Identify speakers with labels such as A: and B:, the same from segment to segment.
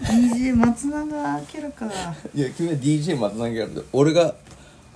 A: DJ 松永明らかが
B: いや君は DJ 松永やるで俺が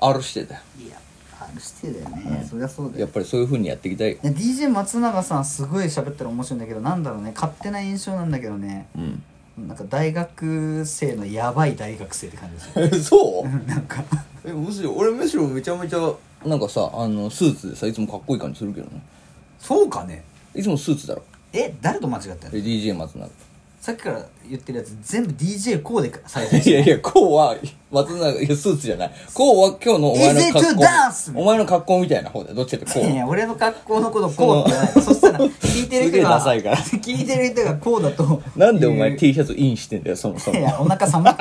B: R してたよ
A: いやあるしてだよね、そりゃそうだ
B: や
A: よ
B: っぱりそういうふうにやっていきたいよ
A: いや DJ 松永さんすごい喋ったら面白いんだけどなんだろうね勝手な印象なんだけどね
B: うん
A: なんか大学生のやばい大学生って感じですよ
B: そう
A: なんか
B: えむしろ俺むしろめちゃめちゃなんかさあのスーツでさいつもかっこいい感じするけどね
A: そうかね
B: いつもスーツだろ
A: え誰と間違ったの
B: で DJ 松永
A: さっきから言ってるやつ全部 DJ こうで再生し
B: いやいや、こうは、松永、いや、スーツじゃない。こうは今日のお前
A: Is
B: の
A: it
B: 格
A: to
B: 好
A: dance?。
B: お前の格好みたいな方だよ。どっちかってこ
A: て
B: う。
A: いや俺の格好のことこうって言わないそしたら聞いてる
B: すげ
A: 人
B: えダ
A: が
B: サいから
A: 聞いてる人がこうだと
B: なんでお前 T シャツインしてんだよ、そもそ
A: い
B: も。
A: やお腹寒い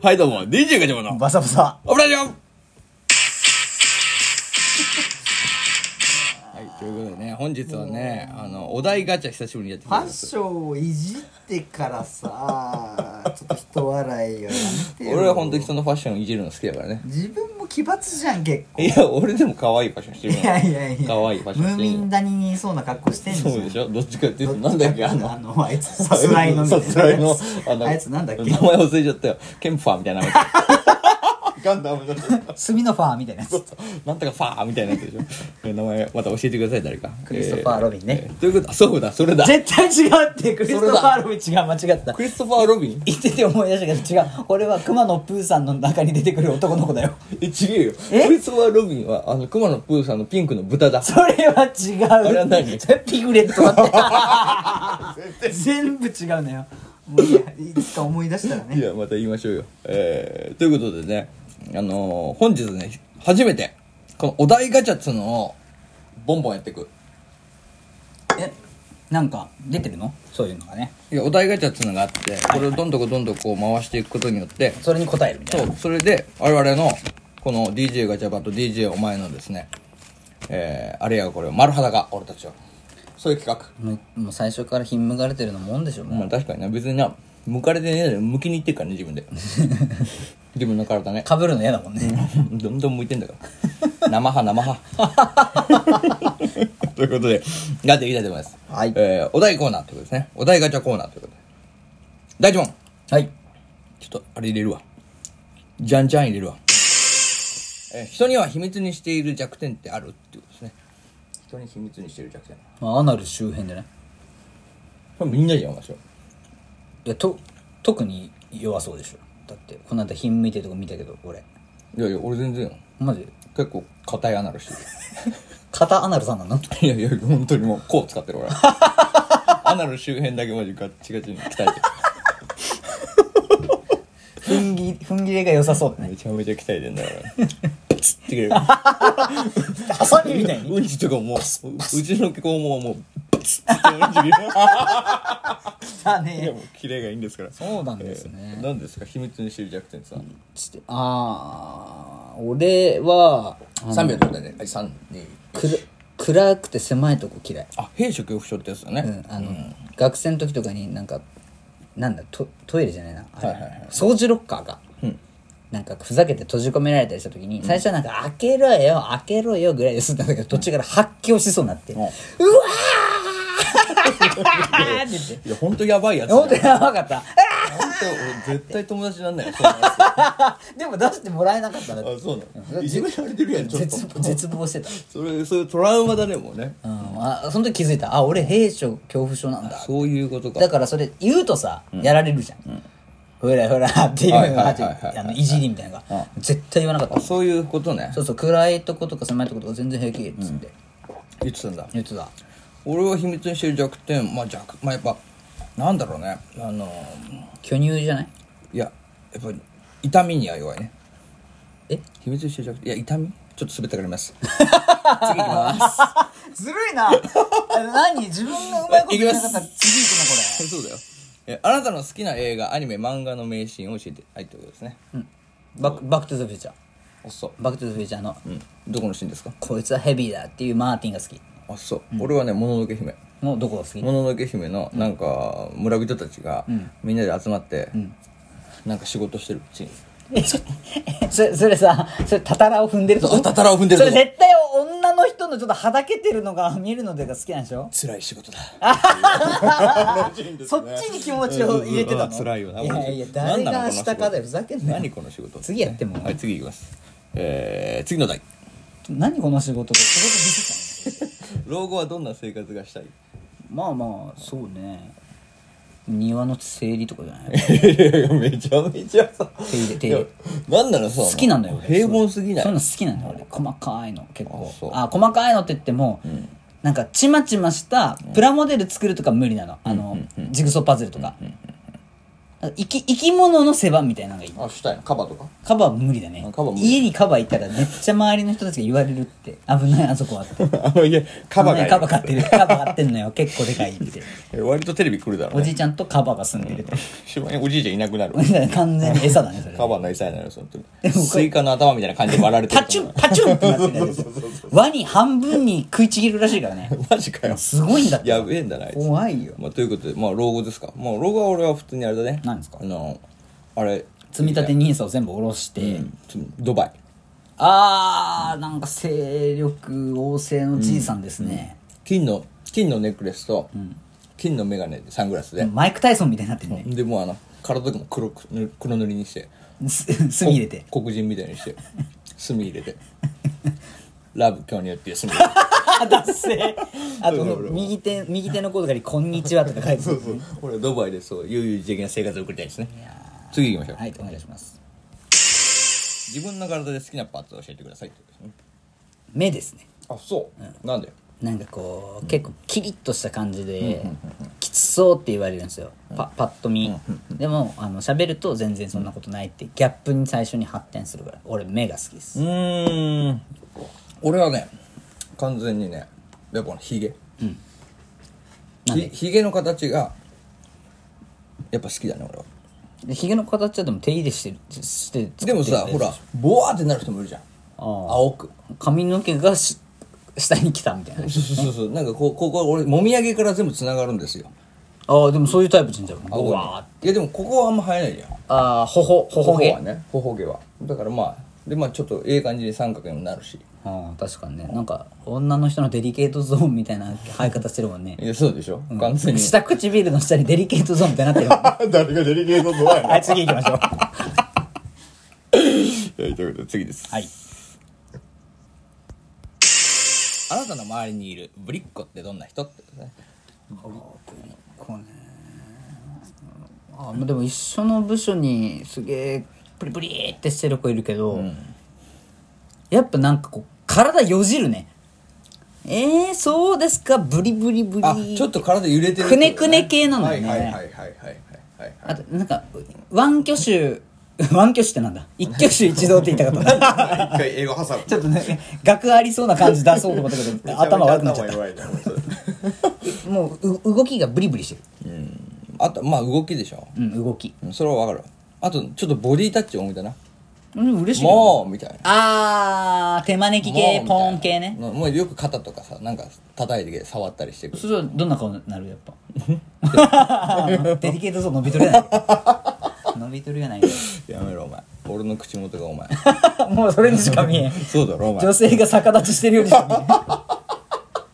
B: はい、どうも。DJ ガチャマの。
A: バサバサ
B: 油じゃんはい、ということでね、本日はね、あの、お題ガチャ久しぶりにやってき
A: ファ
B: ま
A: ッ
B: す。
A: ションをいじってからさちょっと人笑いよやめてよ
B: 俺は本当に人のファッションをいじるの好きだからね。
A: 自分も奇抜じゃん結構
B: いや、俺でも可愛いファッションしてる
A: いやいやいや
B: 可愛いファッション
A: ム
B: し
A: ー
B: てる
A: ミン谷にいそうな格好してんじゃん
B: そうでしょどっちかっていうと、
A: ど
B: な
A: っ
B: ん
A: ち
B: だ
A: か
B: っけ、あの
A: あ。のあいつさすらいのみたいな
B: さすらいのあの
A: あいつなんだっけ
B: 名前忘れちゃったよケンプファーみた いな名前ガンダムだった
A: 炭のファーみたいな やつ
B: なんとかファーみたいなやつでしょえ名前また教えてください誰か
A: クリストファーロビンね
B: えーということあそうだそれだ
A: 絶対違うってクリス
B: それ
A: ト
B: だ
A: ファーロビン違う間違った
B: クリストファー・ロビン
A: 言ってて思い出したけど違う俺は熊野プーさんの中に出てくる男の子だよ
B: え 違うよ
A: え
B: クリストファー・ロビンはあの熊野プーさんのピンクの豚だ
A: それは違う
B: れは何
A: それピグレットだって全部違うのよもういいやいつか思い出したら
B: い
A: ね
B: やまた言いましょうよえー、ということでねあのー本日ね初めてこのお題ガチャっつうのをボンボンやっていく
A: えなんか出てるのそういうのがね
B: いやお題ガチャっつうのがあってこれをどんどこどんどんこう回していくことによって
A: それに答えるみたい
B: そ
A: な
B: うそれで我々のこの DJ ガチャバと DJ お前のですねえー、あれやこれを丸裸俺たちはそういう企画
A: もうもう最初からひんむがれてるのもんでしょもう
B: まあ確かにな別にな向かれてねえのに向きにいってるからね自 分で自分の体ね
A: かぶるの嫌だもんね
B: どんどん向いてんだから。生派生 派。ということで、やっていきたいと思います。
A: はい
B: えーお題コーナーということですね。お題ガチャコーナーということで。大丈夫
A: はい
B: ちょっと、あれ入れるわ。じゃんじゃん入れるわ。えー人には秘密にしている弱点ってあるっていうことですね。人に秘密にしている弱点。
A: まあアナル周辺でね
B: これみんなじゃん、お前それ
A: いやと特に弱そうでしょだってこの間ひんむいてるとこ見たけど俺
B: いやいや、俺全然よ。
A: マジ
B: 結構、硬いアナルしてる。
A: 肩アナルさんなの
B: いやいや、本当にもう、こう使ってる 俺。アナル周辺だけマジガッチガチに鍛えてる。
A: ふんぎふんぎれが良さそうだね
B: めちゃめちゃ鍛えてんだから。プチってくれる。
A: ハサ ミみたいに
B: うんちとかもう、ううちの子ももう、 プチってうんちくれる。
A: だ
B: いや
A: ね
B: もう、綺麗がいいんですから。
A: そうなんですね
B: 何ですか秘密にしてる弱点さ。
A: してああ俺はあの
B: 3秒取ったね。はい、3、2。
A: くる暗くて狭いとこ嫌い、
B: あ、兵士恐怖症ってやつだ
A: う
B: ね
A: ん。あの学生の時とかになんかなんだトトイレじゃないなあれ
B: はいはいはい
A: 掃除ロッカーが、
B: うん
A: なんかふざけて閉じ込められたりした時に、最初はなんか「開けろよ開けろよ」ぐらいで済んだんだけど途中から発狂しそうになって「うわー!」って言っ て
B: いや、ほんとやばいやつだよ。
A: 本当にやばかった
B: ほんと俺絶対友達なん ないよ。そんなやつ
A: でも出してもらえなかったな
B: あ、そうなの。いじめられてるやん、ちょっと。
A: 絶絶望してた、
B: それ、そういうトラウマだね、もうね。
A: うん、あその時気づいたあ俺兵所恐怖症なんだ
B: そういうことか。
A: だからそれ言うとさ、やられるじゃん、ほらほらっていうのが
B: は
A: あ
B: い
A: って
B: はいはいはい
A: あのいじりみたいなのが、絶対言わなかった
B: あそういうことね
A: そ。うそう暗いとことか狭いとことか全然平気っつって、
B: 言ってたんだ。
A: 言ってた
B: 俺は秘密にしてる弱点まあ弱まあやっぱなんだろうねあの
A: 巨乳じゃない
B: いややっぱり痛みには弱いね
A: え
B: 秘密にしてる弱点いや痛みちょっと滑ったからやります次いきます
A: ずるい な何自分がうまいこと言えなかったら次行くのこれ
B: そうだよえあなたの好きな映画アニメ漫画の名シーンを教えてはいということですね
A: バックバックトゥザフューチャー
B: あそう
A: バックトゥザフューチャーの、
B: うんどこのシーンですか
A: こいつはヘビーだっていうマーティンが好き
B: あそう、俺はねもののけ姫
A: のどこが好き
B: もののけ姫のなんか村人たちがみんなで集まって、なんか仕事してるシーン
A: えそそれさそれたたらを踏んでると
B: そうたたらを踏んでると
A: それ絶対女の人人のちょっとはだけてるのが見るのでが好きなんでしょ
B: 辛い仕事だ。
A: そっちに気持ちを入れてたの
B: うん辛いよな。
A: いやいや誰が明日かだよふざけんなよ
B: 何この仕事。
A: 次やっても
B: はい、次いきます。えー、次の題。
A: 何この仕事で仕事できた
B: 老後はどんな生活 がしたい
A: のまあまあそうね庭の整理とかじゃない
B: めちゃめちゃさ。
A: 手入れ手
B: い
A: 入
B: や
A: れ
B: なんならさ、
A: 好きなんだよ俺
B: 平凡すぎない
A: そういうの好きなんだよ俺細かいの結構
B: あそう
A: あ細かいのって言っても、なんかちまちましたプラモデル作るとか無理なのあの、ジグソーパズルとか、あ生き生き物の世話みたいなのがいい
B: あ、したいのカバーとか
A: カバー無理だね
B: あカバー無理
A: 家にカバーいたらめっちゃ周りの人たちが言われるって危ない あそこはって
B: あいや、カバーがい
A: ね
B: い
A: カバー買ってるカバー買ってんのよ結構でかいって
B: え割とテレビ来るだろ
A: お
B: うね。
A: じいちゃんとカバーが住んでるっ て、
B: しまいにおじいちゃんいなくなるわ。
A: 完全に餌だねそれ
B: カバーの餌になるよ、その時。スイカの頭みたいな感じで割られてる
A: パチュンパチュンってなって るやつワニ半分に食いちぎるらしいからね
B: マジかよ。
A: すごいんだって
B: やべえんだな、あいつ。
A: 怖いよ
B: まあ、ということで、まあ、老後ですか。まあ、老後は俺は普通にあれだね。
A: 何ですか
B: あの、あれ、
A: 積み立て NISA を全部下ろして、
B: つドバイ。
A: あーなんか勢力旺盛のじいさんですね、
B: 金の、金のネックレスと、金のメガネでサングラスで。
A: マイク・タイソンみたいになってるね、
B: で、もうあの、体とかも黒く、ぬ黒塗りにして、
A: す墨入れて
B: こ黒人みたいにして、 墨入れて。ラブ、今日によって墨入れて。
A: あだっせあと右手右手のコードに「こんにちは」とか書いてる
B: 俺、ドバイでそう、悠々自適な生活を送りたいですね。次行きましょう。
A: はいお願いします
B: 自分の体で好きなパーツを教えてくださいってことですね
A: 目ですね
B: あそう、なんで
A: なんかこう、結構キリッとした感じで、きつそうって言われるんですよ、パパッと見、でもあの喋ると全然そんなことないってギャップに最初に発展するから俺目が好きです、
B: うーん俺はね完全にねやっぱこのヒゲ
A: なんで
B: ひヒゲの形がやっぱ好きだね俺は
A: でひげの形はでも手入れしてるして
B: でもさほらボワーってなる人もいるじゃん
A: あー
B: 青く
A: 髪の毛がし下に来たみたいな
B: そうそうそうなんかこうここ俺もみあげから全部つながるんですよ
A: ああでもそういうタイプじゃんじゃん
B: 顎
A: う
B: に
A: わーって
B: いやでもここはあんま生えないじゃん
A: ああほほほほ
B: ここ
A: 毛
B: はねほほ毛はだからまあでまあちょっとええ感じに三角にもなるし
A: ああ確かにねなんか女の人のデリケートゾーンみたいな生え方してるもんね
B: いやそうでしょ、完全 に
A: 下唇の下にデリケートゾーンみたいになってる もんね
B: 誰がデリケートゾ ーン
A: はい、次行きましょう。
B: はい、ということで次です。
A: はい。
B: あなたの周りにいるぶりっ子ってどんな人ってことね。
A: こうね。あ、でも一緒の部署にすげえプリプリってしてる子いるけど、やっぱなんかこう、体よじるね。えー、そうですか、ブリブリブリ。
B: あ、ちょっと体揺れてるってこと、
A: くねくね系なのよね
B: はいはいはいはいはいはいはい。
A: あと、なんか、ワン挙手、 ワン挙手ってなんだ一挙手一動って言ったかった。
B: 一回英語挟 む。
A: ちょっとね、学ありそうな感じ出そうと思 ったけど、頭悪くなっちゃっ
B: 頭弱いな本当に
A: た。もうう動きがブリブリしてる。
B: あと、まあ動きでしょ。
A: うん、動き。
B: うんそれはわかる。あと、ちょっとボディタッチ多めだな。
A: うん、嬉しいよね。
B: もうみたいな。
A: あー、手招き系、ポーン系ね。
B: もうみたいな。もうよく肩とかさ、なんか叩いて触ったりしてくる。
A: それはどんな顔になるやっぱ。 デリケートゾーン伸びとるや ない。伸びとるやないか。
B: やめろお前。俺の口元がお 前。
A: もうそれにしか 見えん。
B: そうだろお前。
A: 女性が逆立ちしてるようにしか見えん。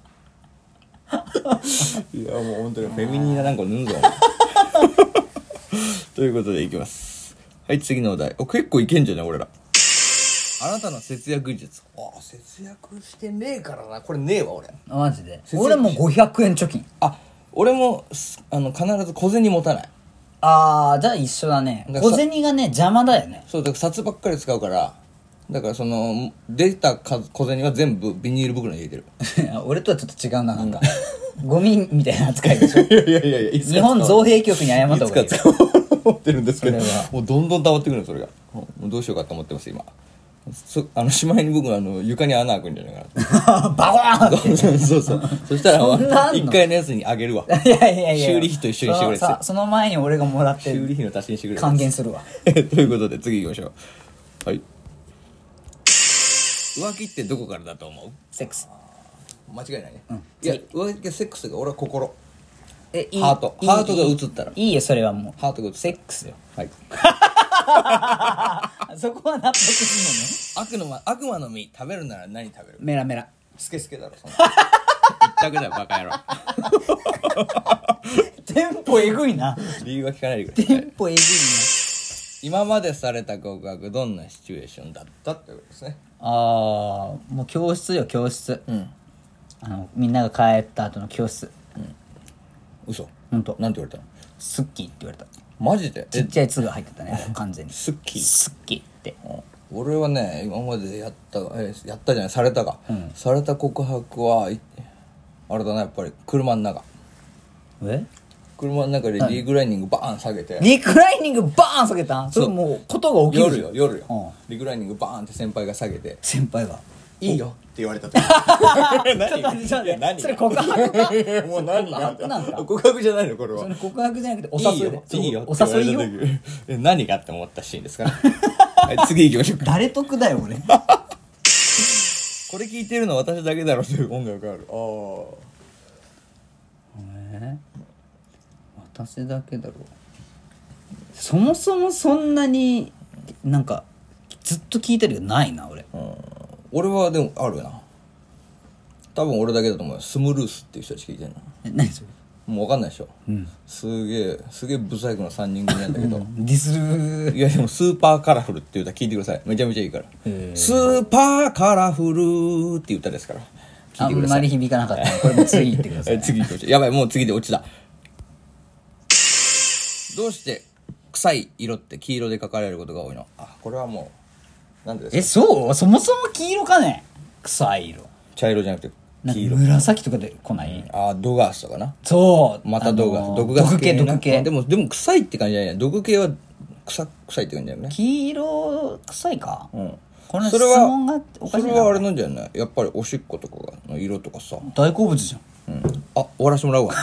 B: いやもう本当にフェミニーななんかぬん ぞということでいきますはい次のお題お結構いけんじゃない俺らあなたの節約術あ節約してねえからなこれねえわ俺
A: あマジで。俺も500円貯金。
B: あ俺もすあの必ず小銭持たない
A: あー、じゃあ一緒だね。
B: だから
A: 小銭がね、邪魔だよね。
B: そうだから札ばっかり使うからだからその出た数小銭は全部ビニール袋に入れてる
A: 俺とはちょっと違うな、なんか。ゴミみたいな扱いでしょ。
B: いやいやいやいやいつ か
A: 日本造幣局に謝った
B: い
A: 方
B: つ
A: がい
B: か
A: い。
B: 使おうと思ってるんですけど
A: それは
B: もうどんどん溜まってくるのそれがもうどうしようかと思ってます今そ あのしまいに僕あの床に穴開くんじゃないかな
A: バコーン
B: そうそうそうそうそしたら
A: そんなあんの
B: 一回のやつにあげるわ
A: いやいやいや
B: 修理費と一緒にしてくれっつって
A: そのさその前に俺がもらって
B: 修理費の足しにしてくれ
A: 還 元するわ
B: ということで次行きましょうはい浮気ってどこからだと思
A: セックス
B: う間違いないね、いや浮気はセックスが俺は心
A: えいい
B: ハート
A: いい
B: ハートが映ったら
A: いいよそれはも
B: ハートが映っ
A: う
B: た
A: セックスよ
B: はい
A: そこは納得するのね
B: 悪のま悪魔の実食べるなら何食べる
A: メラメラ
B: スケスケだろそんな 一択だよバカ野郎
A: テンポえぐい な。
B: 理由は聞かないでくださ
A: テ
B: い
A: ンポえぐい
B: 今までされた告白どんなシチュエーションだったってことですね
A: な。ああ、もう教室よ、教室。
B: うん
A: あの、みんなが帰った後の教室。
B: 嘘
A: ほんと、
B: なんて言われたの
A: スッキーって言われた。
B: マジで
A: ちっちゃい「つ」が入ってたね、完全に。
B: スッキー
A: スッキーって。
B: 俺はね今までやったえやったじゃないされたか、された告白はいあれだなやっぱり車の中
A: え
B: 車の中でリーグライニングバーン下げて、
A: リクライニングバーン下げたんそれもう、ことが起き
B: 夜
A: る。
B: よ夜よ、
A: うん
B: リーグライニングバーンって先輩が下げて
A: 先輩が。
B: 「いいよ」って言われた時 何
A: ちょっと待って、ちょっと
B: い
A: 待
B: や
A: っ
B: 何
A: て。それ告白か
B: もう何が
A: 告白なんだ
B: 告白じゃないのこれ
A: そ
B: は
A: れ告白じゃなくて、お誘いで。
B: いいよ
A: お誘いよ。
B: って言われた時え何がって思ったシーンですから はい次行きましょう
A: 誰得だよ、俺。
B: これ聞いてるの私だけだろという音楽があるああ
A: え私だけだろうそもそもそんなになんかずっと聞いてるけどないな俺
B: 俺はでもあるな多分俺だけだと思うよスムルースっていう人たち聞いてんの
A: え何それ
B: もう分かんないでしょ、すげえすげえブサイクな3人組なんだけど、
A: ディスる
B: いやでも「スーパーカラフル」っていう歌聞いてくださいめちゃめちゃいいから
A: へ
B: 「スーパーカラフル」っていう歌ですから聞
A: あ
B: いて
A: ん
B: くださ
A: ま
B: い
A: り響かなかったなこれも次行ってくださ
B: え
A: い
B: 次行きましょうやばいもう次で落ちだどうして臭い色って黄色で書かれることが多いのあこれはもうなんでですか
A: えそうそもそも黄色かね臭い色
B: 茶色じゃなくて
A: なん
B: 黄
A: か
B: 色
A: 紫とかで来ない、
B: あドガースとかな
A: そう
B: また毒
A: あ
B: が
A: のー
B: 毒ガス
A: 毒系
B: ね
A: 毒系
B: でもでも臭いって感じじゃない毒系は臭臭いって感じだよね
A: 黄色臭いか、
B: うん
A: この
B: そ
A: 質
B: れは
A: 問がおかしい
B: それ
A: な
B: はあれなんじゃないやっぱりおしっことかの色とかさ、
A: 大好物じゃん
B: うん、あ終わらしてもらうわ